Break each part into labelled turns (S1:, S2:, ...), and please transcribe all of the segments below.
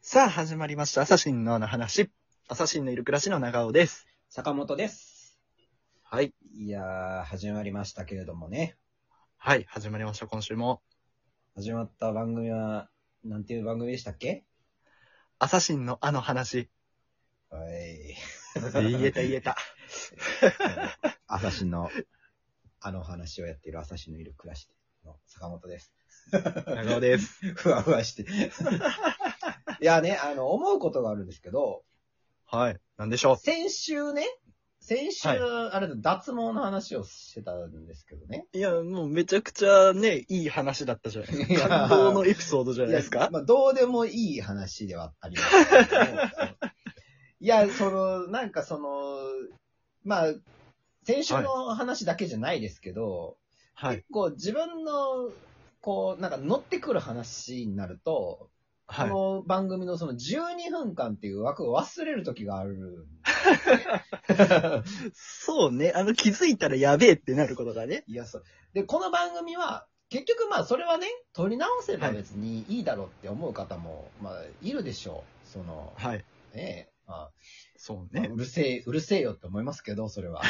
S1: さあ、始まりました。アサシンのの話。アサシンのいる暮らしの長尾です。
S2: 坂本です。
S1: はい。
S2: いやー、始まりましたけれどもね。
S1: はい、始まりました、今週も。
S2: 始まった番組は、なんていう番組でしたっけ
S1: アサシンのあの 話。
S2: はい。
S1: 言えた言えた。
S2: アサシの、あの話をやっているアサシのいる暮らしの坂本です。
S1: 長尾です。
S2: ふわふわして。いやね、あの、思うことがあるんですけど、
S1: はい、なんでしょう。
S2: 先週ね、先週、
S1: はい
S2: あれだ、脱毛の話をしてたんですけどね。
S1: いや、もうめちゃくちゃね、いい話だったじゃないい
S2: や
S1: 感動のエピソードじゃないです
S2: や
S1: か
S2: まあ、どうでもいい話ではあります けどいや、その、なんかその、まあ、先週の話だけじゃないですけど、
S1: はい、
S2: 結構自分の、こう、なんか乗ってくる話になると、
S1: はい
S2: こ。の番組のその12分間っていう枠を忘れる時がある。
S1: そうね、あの気づいたらやべえってなることがね。
S2: いや、そう。で、この番組は、結局まあそれはね、取り直せば別にいいだろうって思う方も、まあいるでしょう。その、
S1: はい。
S2: ねえ、まあ、
S1: そう
S2: まあ
S1: ね。
S2: うるせえ、うるせえよって思いますけど、そ れは。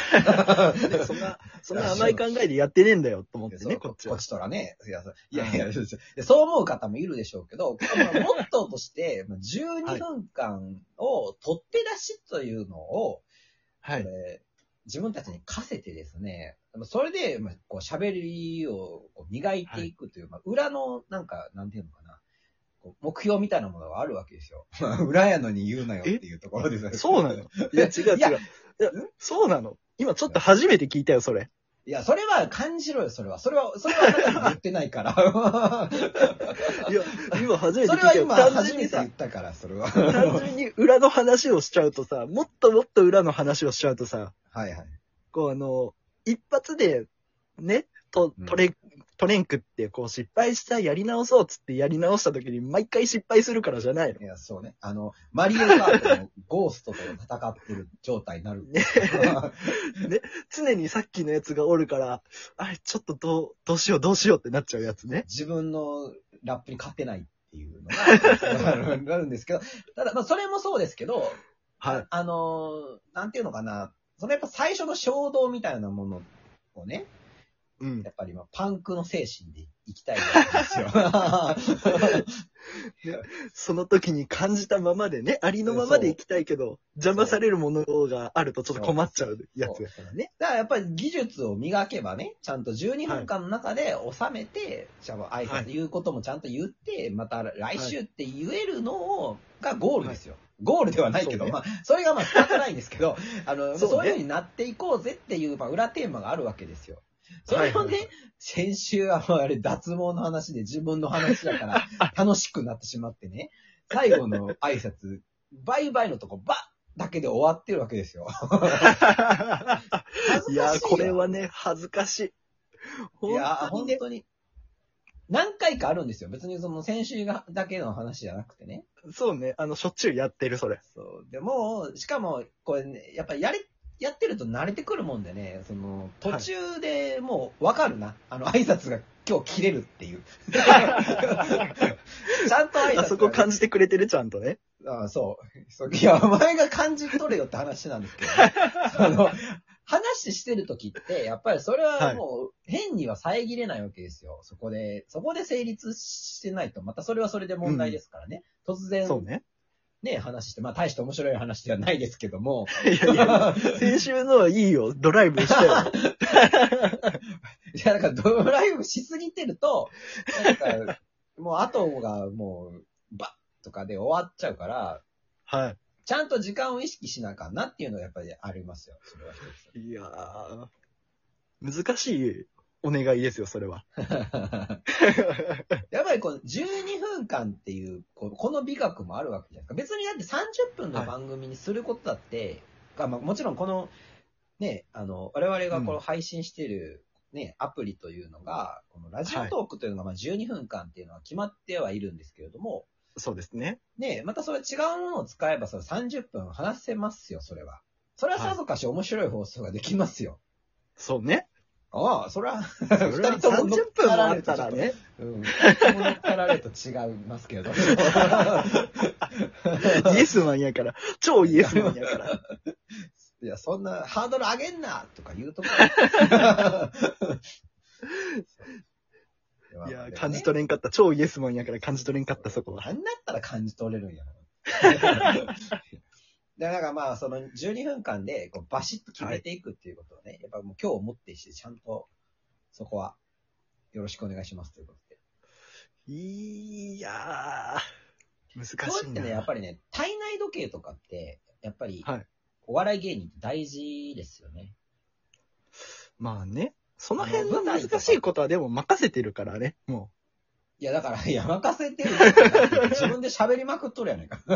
S1: でそんな、そんな甘い考えでやってねえんだよと思って
S2: そう
S1: ね、こっち
S2: こ
S1: は
S2: っ。ちとらね。いや、そういやいや、そうそうそう思う方もいるでしょうけど、まあモットーとして、まあ12分間を取って出しというのを、
S1: は
S2: こ
S1: い。
S2: れ自分たちに課せてですね、それで、まあ、こう喋りをこう磨いていくという、まあ、裏の、なんか、なんていうのかな。こう目標みたいなものがあるわけですよ。 まあ裏やのに言うなよっていうところですよね
S1: そうなのいや、違う違う。
S2: い
S1: い
S2: や
S1: や、そうなの。今ちょっと初めて聞いたよ、それ。
S2: いや、それは感じろよ、それは。それは、それはあなたに言ってな いから。
S1: いや、今初めて
S2: そ
S1: 聞い
S2: れは
S1: たよ。
S2: 今、
S1: 単
S2: 初
S1: 純
S2: め
S1: に
S2: て
S1: さ
S2: 言っ、たから、それは。
S1: 単純に裏の話をしちゃうとさ、もっともっと裏の話をしちゃうとさ、
S2: はいはい。
S1: こうあの、一発で、ね、と
S2: うん、
S1: トレ、トレンクって、こう失敗した、やり直そうっつってやり直した時に毎回失敗するからじゃないの
S2: い。や、そうね。あの、マリオカートのゴーストと戦ってる状態になる。
S1: 常にさっきのやつがおるから、あれ、ちょっとどう、どうしようどうしようってなっちゃうやつね。
S2: 自分のラップに勝てないっていうのが、なるんですけど、ただ、まあ、それもそうですけど、
S1: はい。
S2: あのー、なんていうのかな、そのやっぱ最初の衝動みたいなものをね、
S1: うん
S2: や。っぱりまあパンクの精神でいきたいわけで すよ。
S1: その時に感じたままでね、ありのままで行きたいけど、邪魔されるものがあるとちょっと困っちゃうやつやからね。
S2: だからやっぱり技術を磨けばね、ちゃんと12分間の中で収めて、じゃあ挨
S1: はい
S2: 拶言うこともちゃんと言って、また来週って言えるのを、がゴールですよ。ゴールではないけ
S1: そ
S2: ど、
S1: うね
S2: まあ、それがまあ仕方ないんです けど、あの、
S1: そ
S2: そうう
S1: ね
S2: いうふうになっていこうぜっていう、まあ、裏テーマがあるわけですよ。そ
S1: は
S2: れを
S1: いはい
S2: ね、先週はあれ脱毛の話で自分の話だから 楽しくなってしまってね、最後の挨拶、バイバイのとこ、ばだけで終わってるわけですよ。恥
S1: い
S2: ずか
S1: やー、
S2: しよ
S1: これはね、恥ずかしい。
S2: いやー、
S1: 本当に
S2: 本
S1: ね。
S2: 当に。何回かあるんですよ。別にその先週がだけの話じゃなくてね。
S1: そうね、あの、しょっちゅうやってる、それ。
S2: そう。でもう、しかも、これね、やっぱりやれ、やってると慣れてくるもんでね、その、途中でもうわかるな。あの、挨拶が今日切れるって いう。ちゃんと挨拶が
S1: あそこ感じてくれてる、ちゃんとね。
S2: あそう そう。いや、お前が感じ取れよって話なんですけど、 ね、その、話してる時って、やっぱりそれはもう、変には遮れないわけですよ。そこで、そこで成立してないと、またそれはそれで問題ですからね。突然、
S1: そうね。
S2: ね、話して、まあ大して面白い話ではないですけども、
S1: い やいや、先週のはいいよ、ドライブしたよ。
S2: いや、なんかドライブしすぎてると、なんか、もう後がもう、バッとかで終わっちゃうから、
S1: は
S2: ちゃんと時間を意識しなあかんなっていうのはやっぱりありますよ。それは一つ。
S1: い。いやー、難しいお願いですよ、それは。
S2: やっぱりこの12分間っていう、ここの美学もあるわけじゃないですか。別にだって30分の番組にすることだって、あまあ、もちろんこの、ね、あの、我々が
S1: う
S2: こ
S1: ん
S2: の配信してる、ね、アプリというのが、このラジオトークというのがまあ12分間っていうのは決まってはいるんですけれども、
S1: そうですね。
S2: ね、またそれ違うものを使えばその30分話せますよ、それは。それはさぞかし面白い放送ができますよ。
S1: そうね。
S2: ああ、そら、
S1: それは
S2: 二人とも乗っ
S1: 30分もあったらね。
S2: うん。乗っかられると違いま すけど。
S1: イエスマンやから。超イエスマンやか ら。
S2: いや、そんな、ハードル上げんなとか言うとこ
S1: いや、感じ取れんかった。超イエスマンやから感じ取れんかった、そこは。
S2: なんだったら感じ取れる んやな。で、なんかまあ、その12分間で、こう、バシッと決めていくっていうことをね、やっぱもう今日をもってして、ちゃんと、そこは、よろしくお願いしますということで。
S1: いやー、難
S2: そう
S1: し
S2: や
S1: い
S2: って
S1: な。
S2: ね、やっぱりね、体内時計とかって、やっぱり、
S1: はい
S2: お笑い芸人って大事ですよね。
S1: まあね。その辺の難しいことはでも任せてるからね、も
S2: いや、だから、いや、任せてるよ。自分で喋りまくっとる やないか。ボ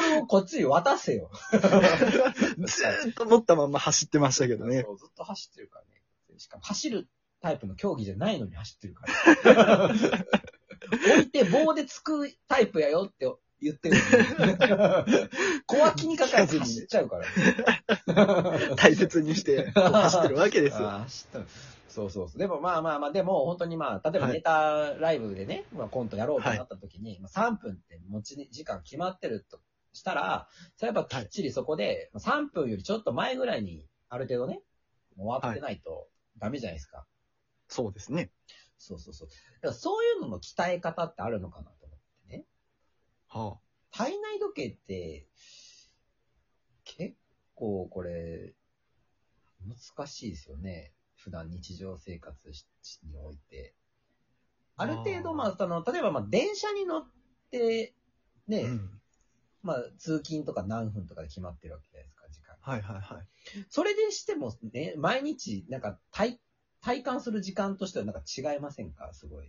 S2: ールをこっちに渡せ よ。
S1: う。ずーっと持ったまんま走ってましたけどね。
S2: そうずっと走ってるからね。しかも走るタイプの競技じゃないのに走ってる から。置いて棒でつくタイプやよって言ってるの に。小脇にかかって走っちゃうから。
S1: 大切にして走ってるわけですよ。
S2: ああ、知った。そうそうそう。でもまあまあまあ、でも本当にまあ、例えば
S1: はい
S2: ネタライブでね、まあコントやろうとなった時に、まあ3分って持ち時間決まってるとしたら、それやっぱきっちりそこで、まあ3分よりちょっと前ぐらいに、ある程度ね、終わってないとダメじゃないですか。
S1: そうですね。
S2: そうそうそう。だからそういうのの鍛え方ってあるのかなと思ってね。
S1: は
S2: 体内時計って、結構これ、難しいですよね。普段日常生活しにおいて。ある程
S1: あ
S2: 度、
S1: ー
S2: まあ、その、例えば、まあ、電車に乗って、
S1: あ
S2: ね、
S1: うん
S2: まあ、通勤とか何分とかで決まってるわけじゃないですか、時間。
S1: はいはいはい。
S2: それでしても、ね、毎日、なんか、体、体感する時間としては、なんか違いませんかすごい。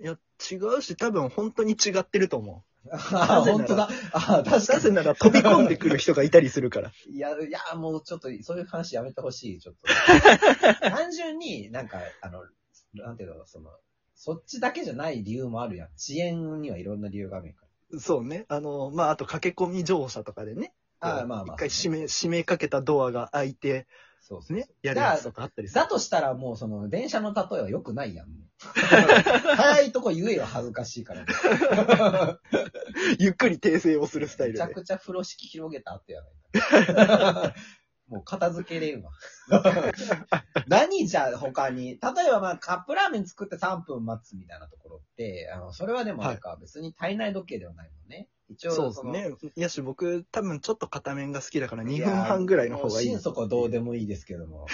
S1: いや、違うし、多分本当に違ってると思
S2: ああ、本当だ。 ああ、
S1: う。な
S2: 確かに
S1: ぜ。なら飛び込んでくる人がいたりするから。
S2: いや、いや、もうちょっと、そういう話やめてほしい、ちょっ と。単純に、なんか、あの、なんていうの、その、そっちだけじゃない理由もあるやん。遅延にはいろんな理由があるやんか
S1: そうね。あの、まあ、あと駆け込み乗車とかでね。
S2: ら。ああ、まあまあ。
S1: 一回閉め、閉めかけたドアが開いて、
S2: そうですね。
S1: ね、やるやつとかあったりする
S2: だ。としたらもう、その、電車の例えは良くないやん。もう 早いとこ言えよ、恥ずかしいから。
S1: ゆっくり訂正をするスタイ
S2: め
S1: ル
S2: ちゃ
S1: で。
S2: くちゃ風呂敷広げた後やない か。もう片付けれんわ。 何じゃあ他に、例えばまあカップラーメン作って3分待つみたいなところって、あの、それはでもなんか別に体内時計ではないもんね。一応
S1: そうで
S2: そ
S1: す
S2: の。
S1: ね。いやし、僕、多分ちょっと片面が好きだから2分半ぐらいの方がいい。
S2: やもう心底どうでもいいですけ ども。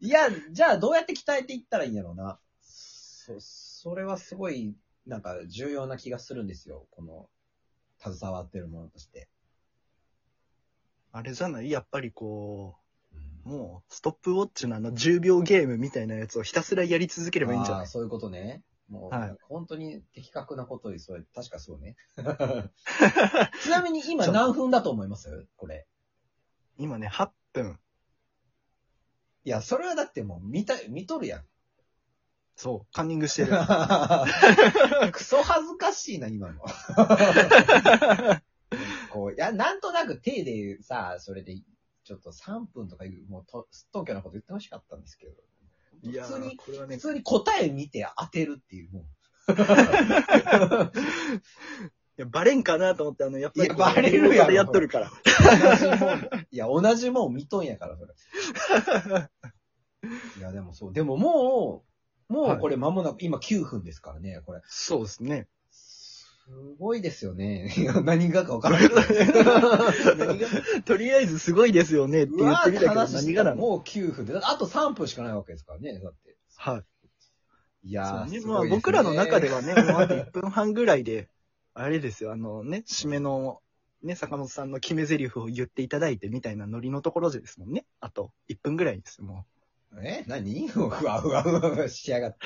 S2: いや、じゃあどうやって鍛えていったらいいんやろうな。そ、それはすごい、なんか重要な気がするんですよ。この、携わってるものとして。
S1: あれじゃないやっぱりこ
S2: うん
S1: う、もう、ストップウォッチのあの10秒ゲームみたいなやつをひたすらやり続ければいいんじゃ
S2: あ
S1: な
S2: あ
S1: い
S2: そういうことね。もう、
S1: はい
S2: 本当に的確なことに、それ、確か そうね。ちなみに今何分だと思いますこれ。
S1: 今ね、8分。
S2: いや、それはだってもう見た、見とるやん。
S1: そう、カンニングしてる。
S2: クソ恥ずかしいな、今 の。こういや、なんとなく手でさ、それで、ちょっと3分とかいう、もうと、すっとんきょなこと言ってほしかったんですけど。
S1: いや
S2: 普通
S1: ー、
S2: に、
S1: これは
S2: 普
S1: ね、
S2: 通に答え見て当てるっていう、もう。
S1: いやバレんかなと思って、あの、やっぱりこう、
S2: いやバレるやろ
S1: やっとるから。
S2: 同じもん、 いや、同じもん見とんやから、それ。 いや、でもそう。でももう、もうこれ間もなく、今9分ですからね、これ。
S1: そうですね。
S2: すごいですよ ね。いや何がかわからない。何が
S1: とりあえずすごいですよねって
S2: う
S1: 言
S2: わ
S1: って
S2: ーっ
S1: み
S2: て
S1: たけど、
S2: 話し
S1: 何
S2: て
S1: が
S2: た
S1: な
S2: ら
S1: の
S2: もう9分で、だってあと3分しかないわけですからね、だって。
S1: はい。
S2: いや
S1: そう
S2: ー、
S1: ね、
S2: す
S1: ま
S2: ご
S1: あ
S2: いですね
S1: 僕らの中ではね、もうあと1分半ぐらいで、あれですよ、あのね、締めの、ね、坂本さんの決め台詞を言っていただいてみたいなノリのところでですもんね。あと1分ぐらいですよ、も
S2: え何 ふわふわふわふわし やがって。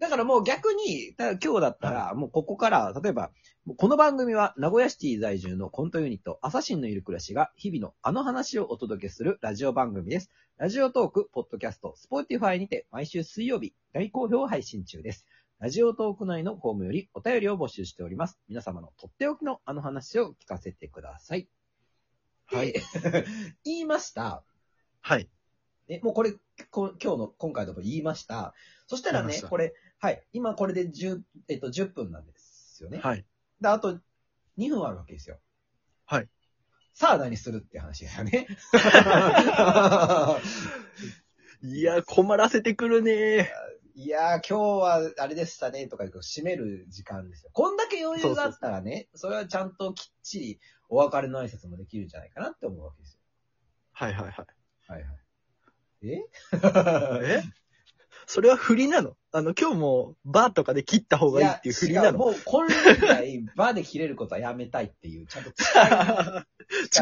S2: だからもう逆に、だから今日だったら、もうここから、例えば、もうこの番組は名古屋シティ在住のコントユニット、アサシンのいる暮らしが日々のあの話をお届けするラジオ番組です。ラジオトーク、ポッドキャスト、スポーティファイにて毎週水曜日、大好評配信中です。ラジオトーク内のホームよりお便りを募集しております。皆様のとっておきのあの話を聞かせてください。
S1: う。はい。
S2: 言いました。
S1: はい。
S2: ね、もうこれ、こ今日の、今回のところ言いました。そしたら
S1: 言いま
S2: ね
S1: し、た
S2: これ、はい、今これで10、えっと、10分なんですよね。
S1: はい。
S2: で、あと、2分あるわけですよ。
S1: はい。
S2: さあ何するって話ですよ ね。
S1: いや、困らせてくるね
S2: いやー、今日はあれでしたね、とか言うと締める時間ですよ。こんだけ余裕があったらね、それはちゃんときっちりお別れの挨拶もできるんじゃないかなって思うわけです
S1: はいはいはい。
S2: よ。はいはい。え
S1: えそれは振りなのあの、今日もバーとかで切った方がいいっていう振りな
S2: や違う
S1: の
S2: もう今回バーで切れることはやめたいっていう、ちゃんと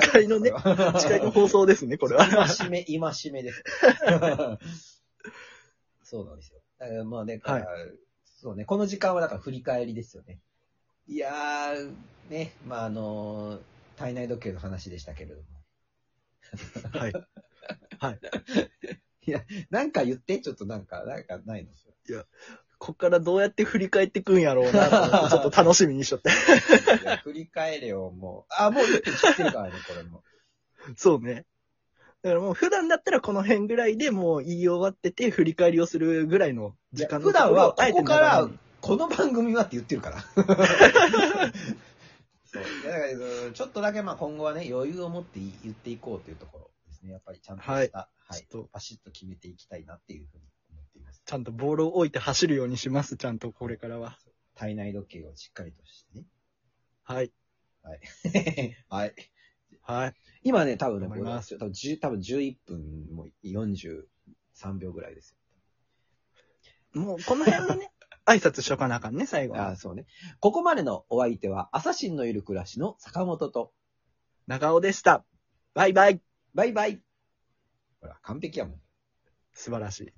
S1: 誓いの ね、誓いの放送ですね、これ は。
S2: 今しめ、今しめです。 そうなんですよ。だからまあね、
S1: はい
S2: そうね、この時間はだから振り返りですよね。いやー、ね、まああのー体内時計の話でしたけれども。
S1: はい。
S2: なんか言って、ちょっとなんか、なんかないの
S1: こっからどうやって振り返ってくんやろう なと思って、ちょっと楽しみにしちゃって。
S2: いや振り返れよ、もう。あ、もう言って知ってるからね、これも。
S1: そうね。だからもう普段だったらこの辺ぐらいでもう言い終わってて振り返りをするぐらいの時間の
S2: いや普段は
S1: とろをあえて
S2: ここから
S1: 長めに
S2: この番組はって言ってるから。そうだからうんちょっとだけまあ今後はね、余裕を持って言っていこうというところですね。やっぱりちゃんとした、は
S1: はいい、
S2: ち
S1: ち
S2: ょ
S1: ょっ
S2: っと
S1: と
S2: パシッと決めていきたいなっていうふうに思っています。
S1: ちゃんとボールを置いて走るようにします、ちゃんとこれからは。
S2: 体内時計をしっかりとして
S1: はい。
S2: ね。 はい。
S1: はい。
S2: 今ね、多分ね、
S1: 思います
S2: 多分10多分11分も43秒ぐらいですよ。
S1: もうこの辺 はね、挨拶しとかなあかんね、最後は。
S2: ああ、そうね。ここまでのお相手は、朝シンのいる暮らしの坂本と、
S1: 長尾でした。バイバイ。
S2: バイバイ。ほら、完璧やもん。
S1: 素晴らしい。